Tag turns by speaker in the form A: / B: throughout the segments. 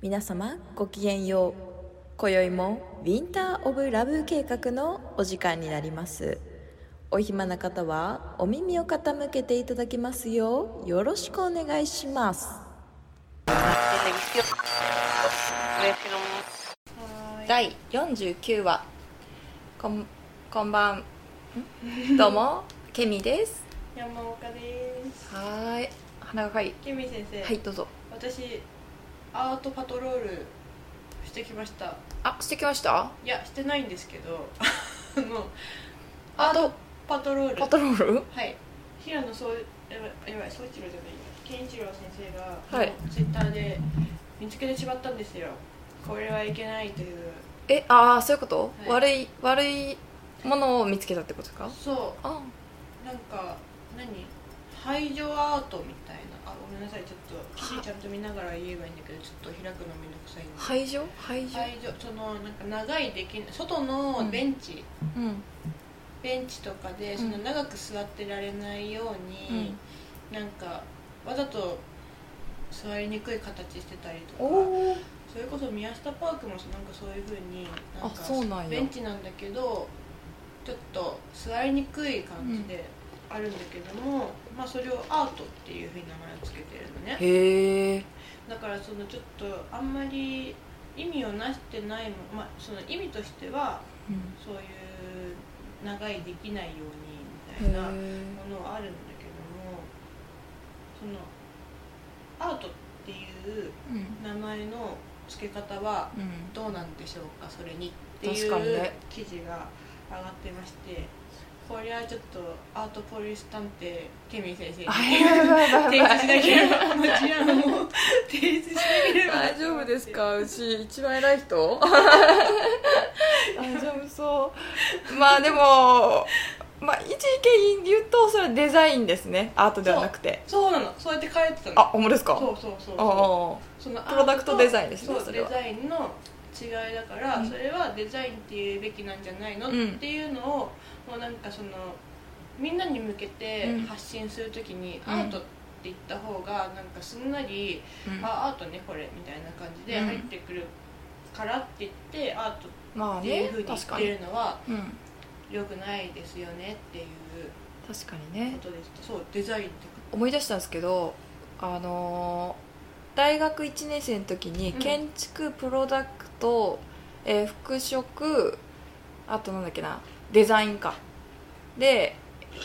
A: 皆様ごきげんよう今宵もウィンター・オブ・ラブ計画のお時間になりますお暇な方はお耳を傾けていただきますようよろしくお願いします第49話こんこんばんん どうもケミです
B: 山岡です
A: はーい花がかい
B: ケミ先生、
A: はいどうぞ
B: 私アートパトロールしてきました
A: あしてきました
B: いやしてないんですけど
A: ア
B: あのア
A: ー
B: ー
A: ト
B: トパトロール
A: パトロール
B: はい平野総やばいやばい総一郎じゃない健一郎先生が、
A: はい
B: ツイッターで見つけてしまったんですよこれはいけないという
A: えああそういうこと、
B: は
A: 悪い悪いものを見つけたってことですか
B: そ
A: あ
B: うなんか何排除アートみたいなあごめんなさいちょっと記事ちゃんと見ながら言えばいいんだけどちょっと開くのめんどくさいんで
A: 排除排除、
B: 会場そのなんか長いできない外のベンチ、
A: うん
B: ベンチとかで
A: ん
B: その長く座ってられないように、なんかわざと座りにくい形してたりと
A: お
B: か
A: お
B: それこそ宮下パークもなんかそういうふうになんか
A: あそうなんや
B: ベンチなんだけどちょっと座りにくい感じであるんだけども、まあそれをアートっていうふうに名前をつけてるのね
A: へえ
B: だからそのちょっとあんまり意味をなしてないもまあ、その意味としては
A: うん
B: そういう長いできないように
A: へ
B: みたいなも
A: え
B: のはあるんだけどもそのアートっていう
A: うん
B: 名前の付け方は
A: うん
B: どうなんでしょうかそれにってい
A: 確かに
B: う
A: ね
B: 記事が上がってましてこれはちょっとアートポリス探偵ケミー先生に
A: あやばいやばいや
B: 提
A: ば
B: 出しなければこの事案を提出しなけれ ば
A: 大丈夫ですかうち一番偉い人大丈夫そうまあでもまあ一意見言うとそれはデザインですねアートではなくて
B: そうなのそうやって書いてたの
A: あほんまですか
B: そうそうそう
A: あ
B: そう
A: あ
B: そのアー
A: プロダクトデザインですね
B: そう
A: それは
B: デザインの違いだから、
A: うん
B: それはデザインっていうべきなんじゃないの、
A: うん
B: っていうのをもうなんかそのみんなに向けて
A: うん
B: 発信するときに、
A: うん
B: アートって言った方がなんかすんなり、
A: うん
B: あアートねこれみたいな感じで
A: うん
B: 入ってくるからって言って、アート
A: まあ
B: ってい
A: ね
B: うふうに言っ
A: 確か
B: て
A: に
B: るのは
A: うん
B: 良くないですよねっていう
A: 確かにね
B: ことでしたそうデザインって
A: 思い出したんですけどあのー大学1年生の時に
B: うん
A: 建築プロダクト、えー服飾あとなんだっけなデザインかで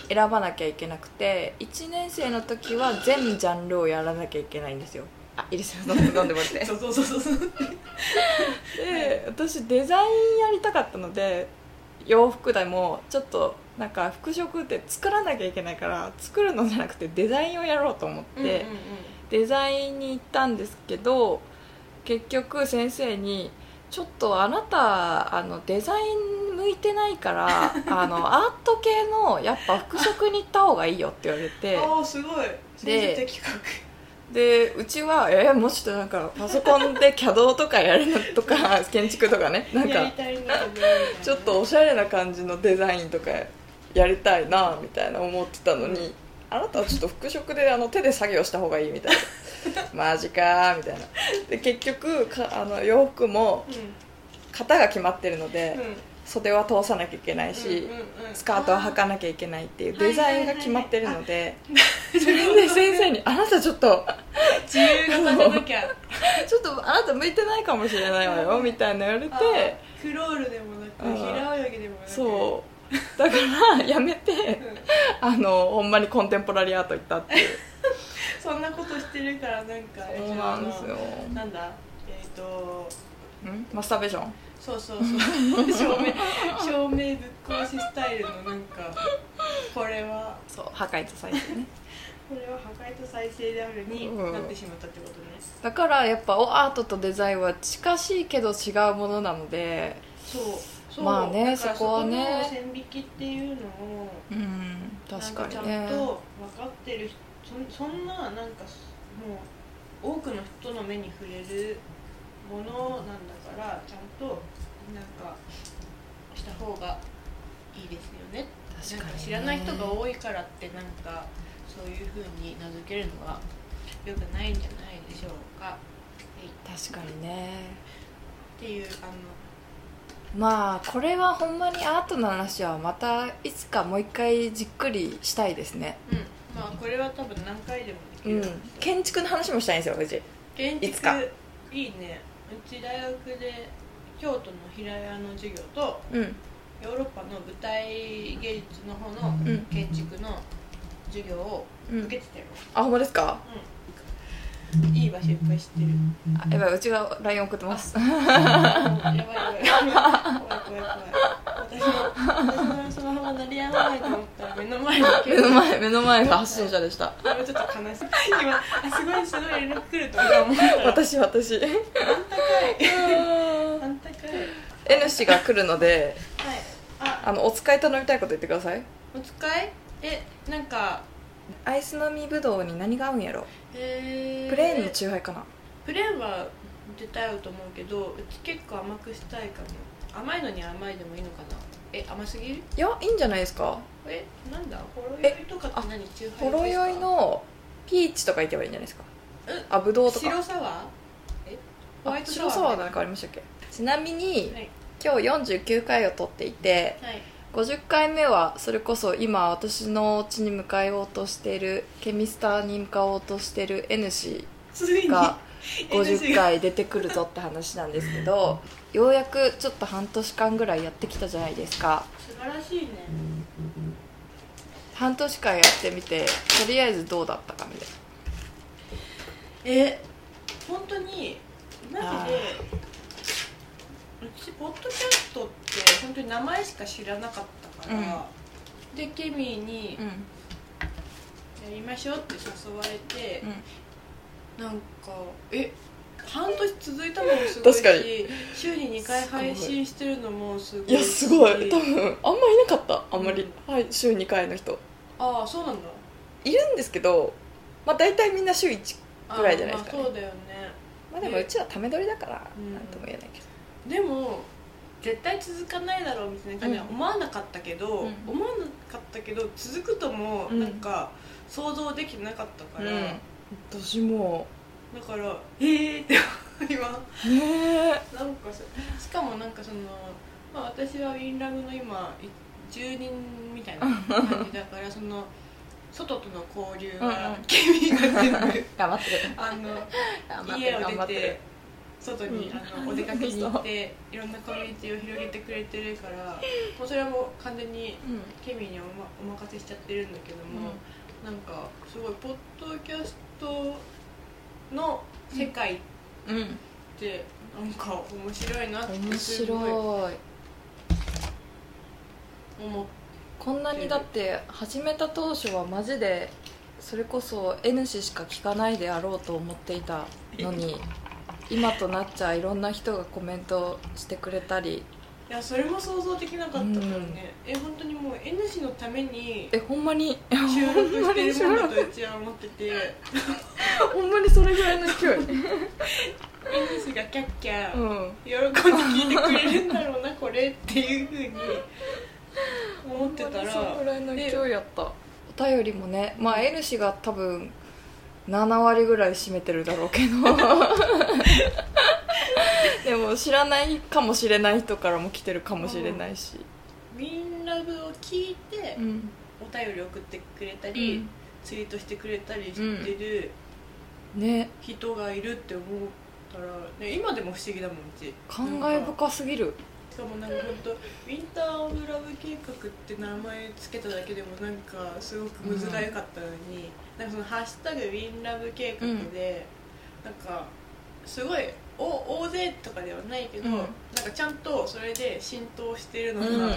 A: 選ばなきゃいけなくて1年生の時は全ジャンルをやらなきゃいけないんですよあいいですよ飲んで飲んでもらって
B: そうそうそうそうそう
A: で私デザインやりたかったので洋服でもちょっとなんか服飾って作らなきゃいけないから作るのじゃなくてデザインをやろうと思って、
B: うんうんうん
A: デザインに行ったんですけど結局先生に「ちょっとあなたあのデザイン向いてないからあのアート系のやっぱ服飾に行った方がいいよ」って言われて
B: ああすごい
A: で
B: 先生的確
A: でうちは「えーもうちょっとなんかパソコンで CAD とかやるのとか建築とかねなん
B: やり
A: か
B: たいんだけどみたいな
A: ちょっとおしゃれな感じのデザインとかやりたいなみたいな思ってたのにあなたはちょっと服飾であの手で作業した方がいいみ たいなマジかーみたいなで結局かあの洋服も
B: う
A: 型が決まってるの
B: んう
A: で
B: ん
A: 袖は通さなきゃいけないし
B: うんうん
A: スカートは履
B: あ
A: かなきゃいけないっていう
B: はい
A: デ
B: は
A: ザ
B: いはい
A: インが決まってるので
B: ー
A: それで先生に「あなたちょっと
B: 自由形じゃなきゃ
A: ちょっとあなた向いてないかもしれないわよ」みたいな言われ
B: あ
A: て。
B: クロールでもなく
A: うん
B: 平泳ぎでもなく
A: そうだからやめて
B: うん
A: あのほんまにコンテンポラリーアート行ったっていう
B: そんなことしてるからなんか
A: そうなんですよ
B: あのなんだえっと
A: んマスターベーション
B: そ うそうそう照明照明ぶっ壊しスタイルのなんかこれは
A: そう破壊と再生ね
B: これは破壊と再生であるになってしまったってことね
A: だからやっぱおアートとデザインは近しいけど違うものなので
B: そうそう
A: まあね
B: だから
A: そこはね
B: そこの線引きっていうのを
A: うん確かに
B: なん
A: ね
B: かちゃんと分かってる人そんそんななんかもう多くの人の目に触れるものなんだからちゃんとなんかした方がいいですよね
A: 確
B: なん
A: か
B: か
A: に
B: 知らない人が多いからってなんかそういうふうに名付けるのは良くないんじゃないでしょうか。はい
A: 確かにね
B: ていうあの
A: まあこれはほんまにアートの話はまたいつかもう一回じっくりしたいですね
B: うんまあこれは多分何回でもでき
A: う
B: る、
A: ん建築の話もしたいんですようち
B: 建
A: いつか
B: 築いいねうち大学で京都の平屋の授業と
A: うん
B: ヨーロッパの舞台芸術の方の
A: うん
B: 建築の授業を
A: う
B: 受
A: ん
B: けてたよ、
A: あほんまですか
B: うんいい場所いっぱい知ってる
A: あやばいうちが LINE 送ってます
B: やばいやばい怖い怖い怖い私の私のスマホが鳴りやまないと思ったら目の前に
A: 目
B: 携
A: の
B: 帯
A: 前目の前が発信者でした
B: これはちょっと悲しい今あすごいすごい連絡来ると思ったら
A: 私 私
B: あんたかい
A: N 氏が来るので
B: はいあ
A: あのお使い頼みたいこと言ってください
B: お使いえなんか
A: アイスの実ぶどうに何が合うんやろ
B: え
A: プ
B: ー
A: レーンのチューハイかな
B: プレーンは絶対合うと思うけどうち結構甘くしたいかも甘いのに甘いでもいいのかなえ甘すぎる
A: いやいいんじゃないですか
B: えなんだほろ酔いとかって何チューハイ
A: ほろ酔いのピーチとかいけばいいんじゃないですか
B: え
A: あぶどうとか
B: 白サワーえホワ
A: あ
B: イトサ
A: 白
B: ワー
A: 沢なんかありましたっけちなみに
B: はい
A: 今日49回を撮っていて
B: はい
A: 50回目はそれこそ今私の家に向かおうとしているケミスターに向かおうとしている N 氏
B: ついに
A: が
B: NG
A: 50
B: が
A: 回出てくるぞって話なんですけどようやくちょっと半年間ぐらいやってきたじゃないですか
B: 素晴らしいね
A: 半年間やってみてとりあえずどうだったかみたい
B: え本当にマ
A: あ
B: ジでうちポッドキャストって本当に名前しか知らなかったから、でケミーに
A: な
B: 「やりましょう」って誘われて、なんかえ半年続いたのもすごいし
A: 確かに
B: 週に2回配信してるのもすごい
A: いやすごい多分あんまいなかったあんまり、はい週2回の人
B: ああそうなんだ
A: いるんですけどまあ大体みんな週1
B: あ
A: ぐらいじゃないですかね
B: まあそうだよね
A: まあでも
B: ね
A: うちはため撮りだから
B: うん
A: なんとも言えないけど、
B: でも絶対続かないだろうみたいな感じは
A: うん
B: 思わなかったけど、
A: うん
B: 思わなかったけど続くとも
A: うん
B: なんか想像できてなかったから、
A: うん、私も
B: だから「えー!」って思います
A: ねえ
B: なんかさしかもなんかその、まあ、私はウィンラグの今い住人みたいな感じだからその外との交流
A: うん
B: は
A: うん
B: 君が全 部
A: 頑張ってる
B: あの
A: 頑張って
B: 家
A: る頑張
B: を出
A: ってる
B: て外に
A: うん
B: あのお出かけ に行っていろんなコミュニティを広げてくれてるからもうそれはもう完全に
A: うん
B: ケミにお,、ま、お任せしちゃってるんだけども、なんかすごいポッドキャストの世界
A: うん
B: ってなんか面白いなって
A: 面
B: すごい
A: 白い
B: 思っ
A: こんなにだって始めた当初はマジでそれこそ N 氏しか聞かないであろうと思っていたのに今となっちゃいろんな人がコメントしてくれたり
B: いやそれも想像できなかったからね、え本当にもう N 氏のために
A: えほんまに
B: 収録
A: ほんまに
B: してるものだとうちは思ってて N
A: ほんまにそれぐらいの勢いうん
B: 氏がキャッキャ
A: うん
B: 喜んで聞いてくれるんだろうなこれっていうふうに思ってた
A: ほんまにそ
B: ら
A: れぐらいの勢いやったお便りもねまあ N 氏が多分7割ぐらい占めてるだろうけ どでも知らないかもしれない人からも来てるかもしれないし、
B: みんなブを聞いて
A: うん
B: お便り送ってくれたり、ツイートしてくれたりしてる
A: ね
B: 人がいるって思ったら、ね、今でも不思議だもんうち
A: 感慨深すぎる
B: しかもなんか本当ウィンター・オブ・ラブ計画って名前つけただけでもなんかすごくむずがゆかったのに、なんかその「ハッシュタグウィンラブ計画で」なんかすごいお大勢とかではないけど、
A: うん
B: なんかちゃんとそれで浸透してるのが、
A: うん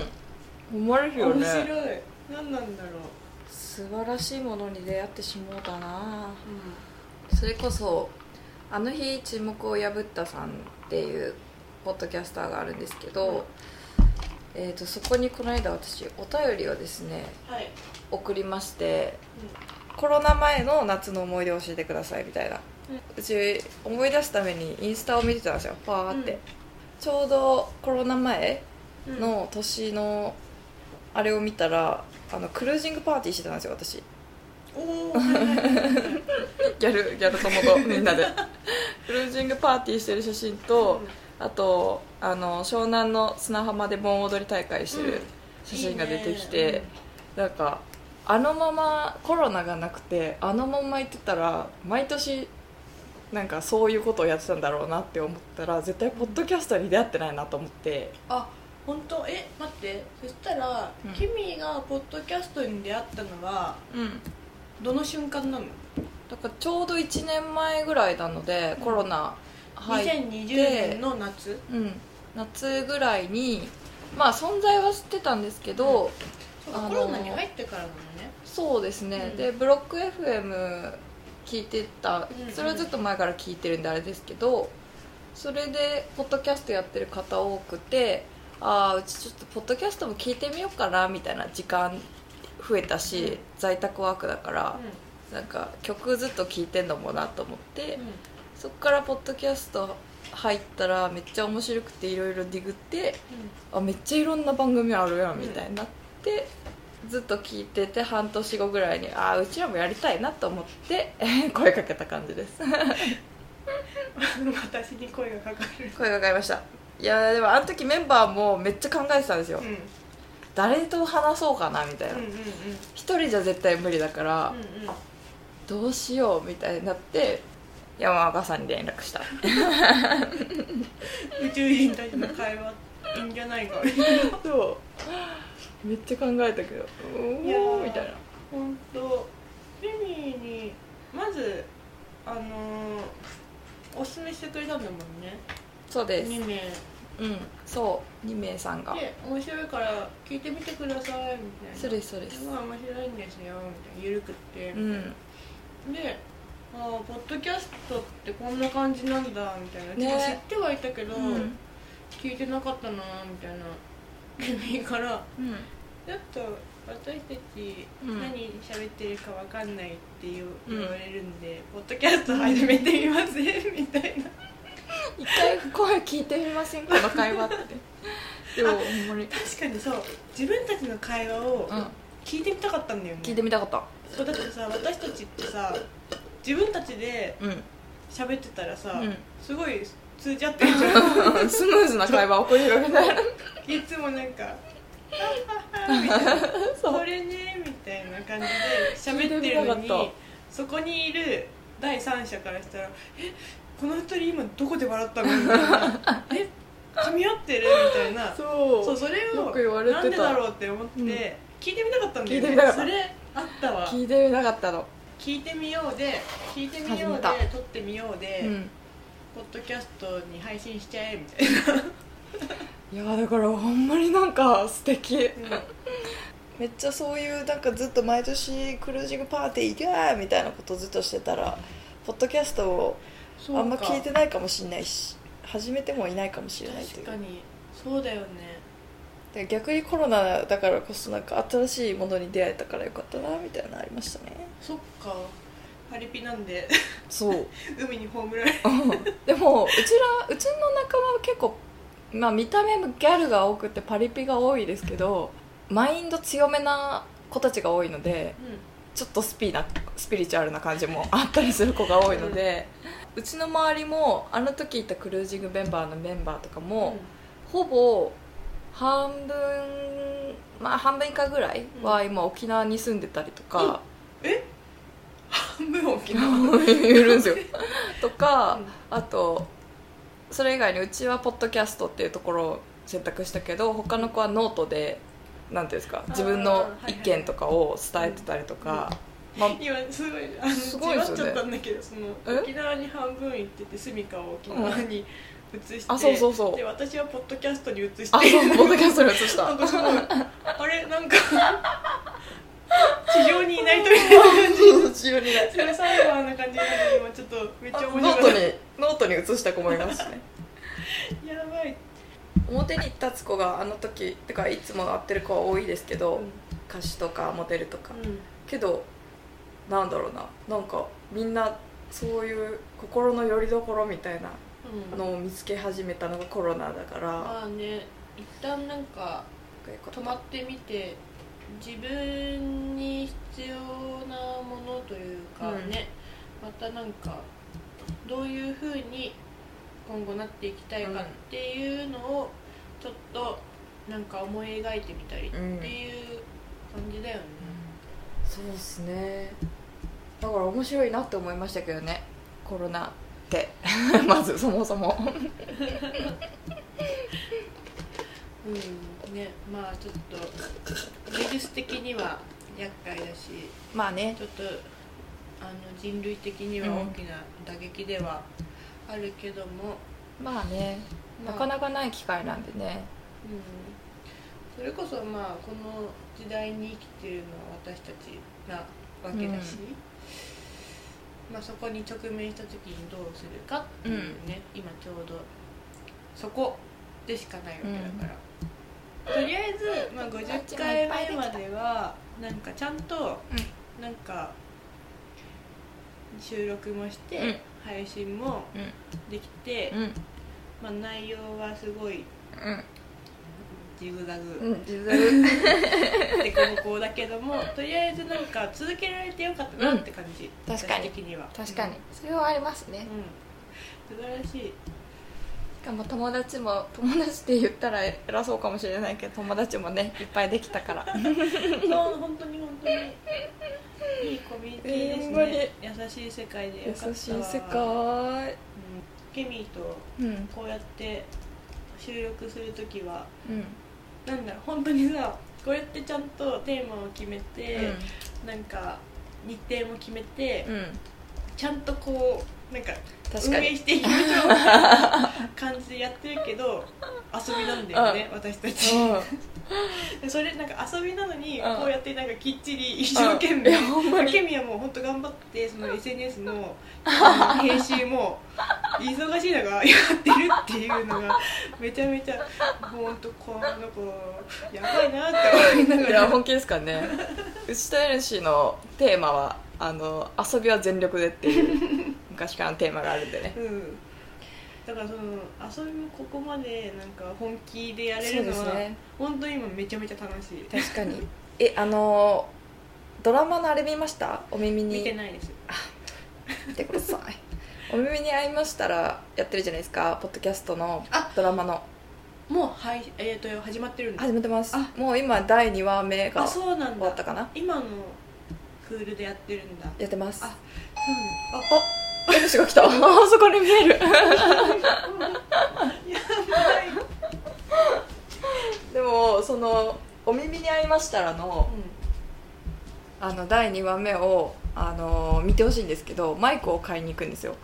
A: 思われるよ
B: 面
A: ね
B: 白い何なんだろう、
A: 素晴らしいものに出会ってしまうだな
B: うん
A: それこそ「あの日沈黙を破ったさん」っていうポッドキャスターがあるんですけど、
B: うん
A: えー、とそこにこの間私お便りをですね
B: はい、
A: 送りましてコロナ前の夏の思い出を教えてくださいみたいな、
B: う
A: うんち思い出すためにインスタを見てたんですよパーって、
B: うん
A: ちょうどコロナ前
B: うんうん
A: の年のあれを見たらあのクルージングパーティーしてたんですよ私
B: おお、はいはい、
A: ギャルギャル友とみんなでクルージングパーティーしてる写真 と、あとあの湘南の砂浜で盆踊り大会してる写真が出てきて、
B: いいね
A: なんかあのままコロナがなくてあのまま行ってたら毎年なんかそういうことをやってたんだろうなって思ったら絶対ポッドキャストに出会ってないなと思って
B: あ本当え待ってそしたら、
A: うん
B: キミがポッドキャストに出会ったのは
A: うん
B: どの瞬間なの、
A: だからちょうど1年前ぐらいなのでコロナ入って
B: 2020年の夏
A: うん、夏ぐらいにまあ存在は知ってたんですけど、
B: そうか
A: あの
B: コロナに入ってからなのね
A: そうですね、
B: うん
A: でブロック FM 聞いてた
B: うんうん
A: それはずっと前から聞いてるんであれですけどそれでポッドキャストやってる方多くてああうちちょっとポッドキャストも聞いてみようかなみたいな時間増えたし、
B: うん
A: 在宅ワークだから
B: うん、
A: なんか曲ずっと聞いてんのもなと思って、
B: うん
A: そっからポッドキャスト入ったらめっちゃ面白くていろいろディグってあめっちゃいろんな番組あるやんみたいになって、ずっと聞いてて半年後ぐらいにああうちらもやりたいなと思って 声かけた感じです
B: 私に声がかかる、
A: 声かかりましたいやーでもあの時メンバーもめっちゃ考えてたんですよ、
B: うん、うん
A: 誰と話そうかなみたいな
B: うんうん
A: 一、人じゃ絶対無理だから、
B: うんうん
A: どうしようみたいになって山岡さんに連絡 した
B: 宇宙人たちの会話いいんじゃないか
A: そうめっちゃ考えたけどう
B: いや
A: ー
B: ー
A: んみたいな
B: 本当ジェミーにまずあのーおすすめしてくれたんだもんね
A: そうです、
B: 2名
A: うんそう2名さんが
B: で面白いから聞いてみてくださいみたいな
A: そうですそうです
B: すごい面白いんですよみたいなゆるくって、
A: うん
B: であーポッドキャストってこんな感じなんだみたいな、
A: ね
B: ちょっと知ってはいたけど、
A: うん
B: 聞いてなかったなみたいなジェミーから
A: うん
B: ちょっと私たち
A: うん
B: 何喋ってるかわかんないって言う
A: うん
B: 言われるんで、ポッドキャスト始めてみませんみたいな
A: 一回声聞いてみませんこの会話って でもほんまに、
B: 確かにそう自分たちの会話を
A: うん、
B: 聞いてみたかったんだよね、
A: 聞いてみたかった
B: そうだってさ私たちってさ自分たちで
A: うん、
B: 喋ってたらさ、
A: う
B: すごい通じ合ってるじゃん
A: ん、 スムーズな会話を繰り広げたい
B: いつもなんか「あははみたいな
A: そ
B: そうれねみたいな感じで喋ってるの
A: 聞いてみ
B: に
A: たかった
B: そこにいる第三者からしたら「えこの二人今どこで笑ったの?」みたい な「え噛み合ってる?」みたいな
A: そう
B: そうそれ
A: よ
B: を
A: く言われてた
B: なんでだろうって思って、
A: うん
B: 聞いてみたかったんだよ
A: 聞いて
B: ね
A: みたかった
B: それあったわ
A: 聞いてみなかったの、
B: 聞いてみようで聞いてみようで
A: 始め
B: 撮ってみようで、
A: うん、
B: ポッドキャストに配信しちゃえみたい
A: いやだからほんまになんか素敵
B: な、
A: めっちゃそういうなんかずっと毎年クルージングパーティー行けーみたいなことずっとしてたらポッドキャストを
B: そう
A: あんま聞いてないかもしれないし始めてもいないかもしれないとい
B: 確
A: う
B: かにそうだよね
A: で逆にコロナだからこそなんか新しいものに出会えたからよかったなみたいなのありましたね
B: そっかパリピなんで
A: そう
B: 海に葬ら れ
A: でもうちらうちの仲間は結構、まあ、見た目もギャルが多くてパリピが多いですけどマインド強めな子たちが多いのでちょっとスピなスピリチュアルな感じもあったりする子が多いので、うちの周りもあの時いたクルージングメンバーのメンバーとか
B: うん、
A: も、ほぼ半分まあ半分以下ぐらいは今沖縄に住んでたりとか、
B: え 半分沖 縄
A: いるんですよとか、
B: うん
A: あとそれ以外にうちはポッドキャストっていうところを選択したけど他の子はノートでなんていうんですか自分の意見とかを伝えてたりとか、まあ
B: 今すごいあの
A: すごいですよね
B: じわっちゃったんだけどそ
A: え
B: の沖縄に半分行ってて住処を沖縄に移して、
A: あそうそうそう
B: で私はポッドキャストに移して
A: あそうポッドキャストに移し
B: なん
A: た
B: かすごいあれなんか地上にいないとみたいな感じ
A: 自由にね
B: それサイバーな感じなのに今ちょっとめっちゃ面
A: ノート
B: 白い
A: にノートに移した子もいますね
B: やばい、
A: 表に立つ子があの時てかいつも会ってる子は多いですけど、歌手とかモデルとか、けどなんだろうななんかみんなそういう心の拠り所みたいな
B: うん
A: のを見つけ始めたのがコロナだから
B: まあね一旦なんか止まってみて自分に必要なものというかね、またなんかどういうふうに今後なっていきたいかっていうのをちょっとなんか思い描いてみたりっていう感じだよね、
A: そうですねだから面白いなって思いましたけどねコロナって まずそもそも
B: うんねまあちょっとウイルス的には厄介だし
A: まあね
B: ちょっとあの人類的には大きな打撃ではあるけども、
A: まあね
B: ま
A: な
B: あ
A: かなかない機会なんでね
B: うん、それこそまあこの時代に生きてるのは私たちなわけだし、まあ、そこに直面した時にどうするかっていうね、今ちょうどそこでしかないわけだから、とりあえず、まあ、50回目まではなんかちゃんとなんか収録もして、
A: うん
B: 配信もできて、
A: うん
B: まあ、内容はすごいジグザグ。
A: うんうん自分
B: でここだけどもとりあえずなんか続けられてよかったなって感じ、
A: うん確かに
B: 私的には
A: 確かにそれはあります
B: う
A: ね
B: ん、素晴らしい
A: しかも友達も友達って言ったら偉そうかもしれないけど友達もねいっぱいできたから
B: そう本当に本当にいいコミュニティですね、優しい世界でよ
A: 優
B: かったわ
A: しい世界
B: うんケミーと
A: うん
B: こうやって収録する時は
A: うん
B: なんだろう本当にさこうやってちゃんとテーマを決めて、
A: う
B: なんか日程も決めて、
A: んうん
B: ちゃんとこうなんか
A: 確
B: 運
A: か
B: 営
A: に
B: していきましょうみたいな感じでやってるけ ど遊びなんだよね私たちそれなんか遊びなのに
A: うん
B: こうやってなんかきっちり一生懸命
A: いやほんまに
B: ケミはもう本当頑張ってその SNS のあの編集も忙しいのがやってるっていうのがめちゃめちゃもう本当この子やばいなって思いなが
A: いや
B: ら
A: 本気ですかね牛田家氏のテーマはあの遊びは全力でっていう昔からのテーマがあるんでね
B: うんだからその遊びもここまでなんか本気でやれ
A: そう
B: る
A: で
B: の
A: す
B: は、
A: ね
B: 本当に今めちゃめちゃ楽しい
A: 確かにえあのドラマのあれ見ましたお耳に
B: 見てないです
A: 見てくださいお耳に合いましたらやってるじゃないですかポッドキャストの
B: あ
A: ドラマの
B: もうはいえっ、と始まってるんです
A: 始めてます
B: あ
A: もう今第2話目が
B: あ
A: 終
B: そうなん
A: わった
B: だ
A: かな
B: 今のクールでやってるんだ
A: やってます
B: あ
A: お虫が来 たあそこに見える
B: やばい、うん、
A: でもその「お耳に合いましたらの」あの第2話目を、あのー見てほしいんですけどマイクを買いに行くんですよ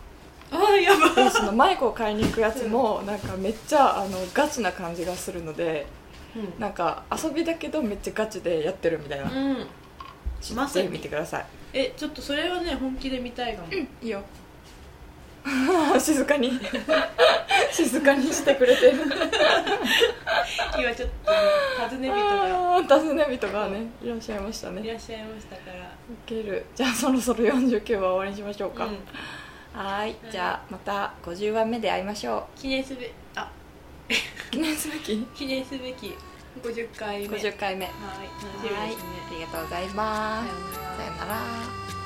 B: あーやば
A: でそのマイクを買いに行くやつもなんかめっちゃあのガチな感じがするのでなんか遊びだけどめっちゃガチでやってるみたいな、
B: うん、うん、まさ
A: ぜ
B: に
A: ひ見てくださ
B: えちょっとそれはね本気で見たいかも、
A: いいいよ静かに静かにしてくれてる
B: 今ちょっとね、尋ね人が
A: あー尋ね人がねいらっしゃいました
B: い
A: ね
B: らっしゃいましたから
A: ウケるじゃあそろそろ49話終わりにしましょうか、
B: うん、
A: はーいじゃあまた50話目で会いましょ
B: 記念すべあ
A: う記念すべき
B: 記念すべき50回目
A: 50回目
B: はい楽しみ
A: はい
B: ですね、
A: ありがとうございます
B: さよ。うな
A: さ
B: ら
A: よなら。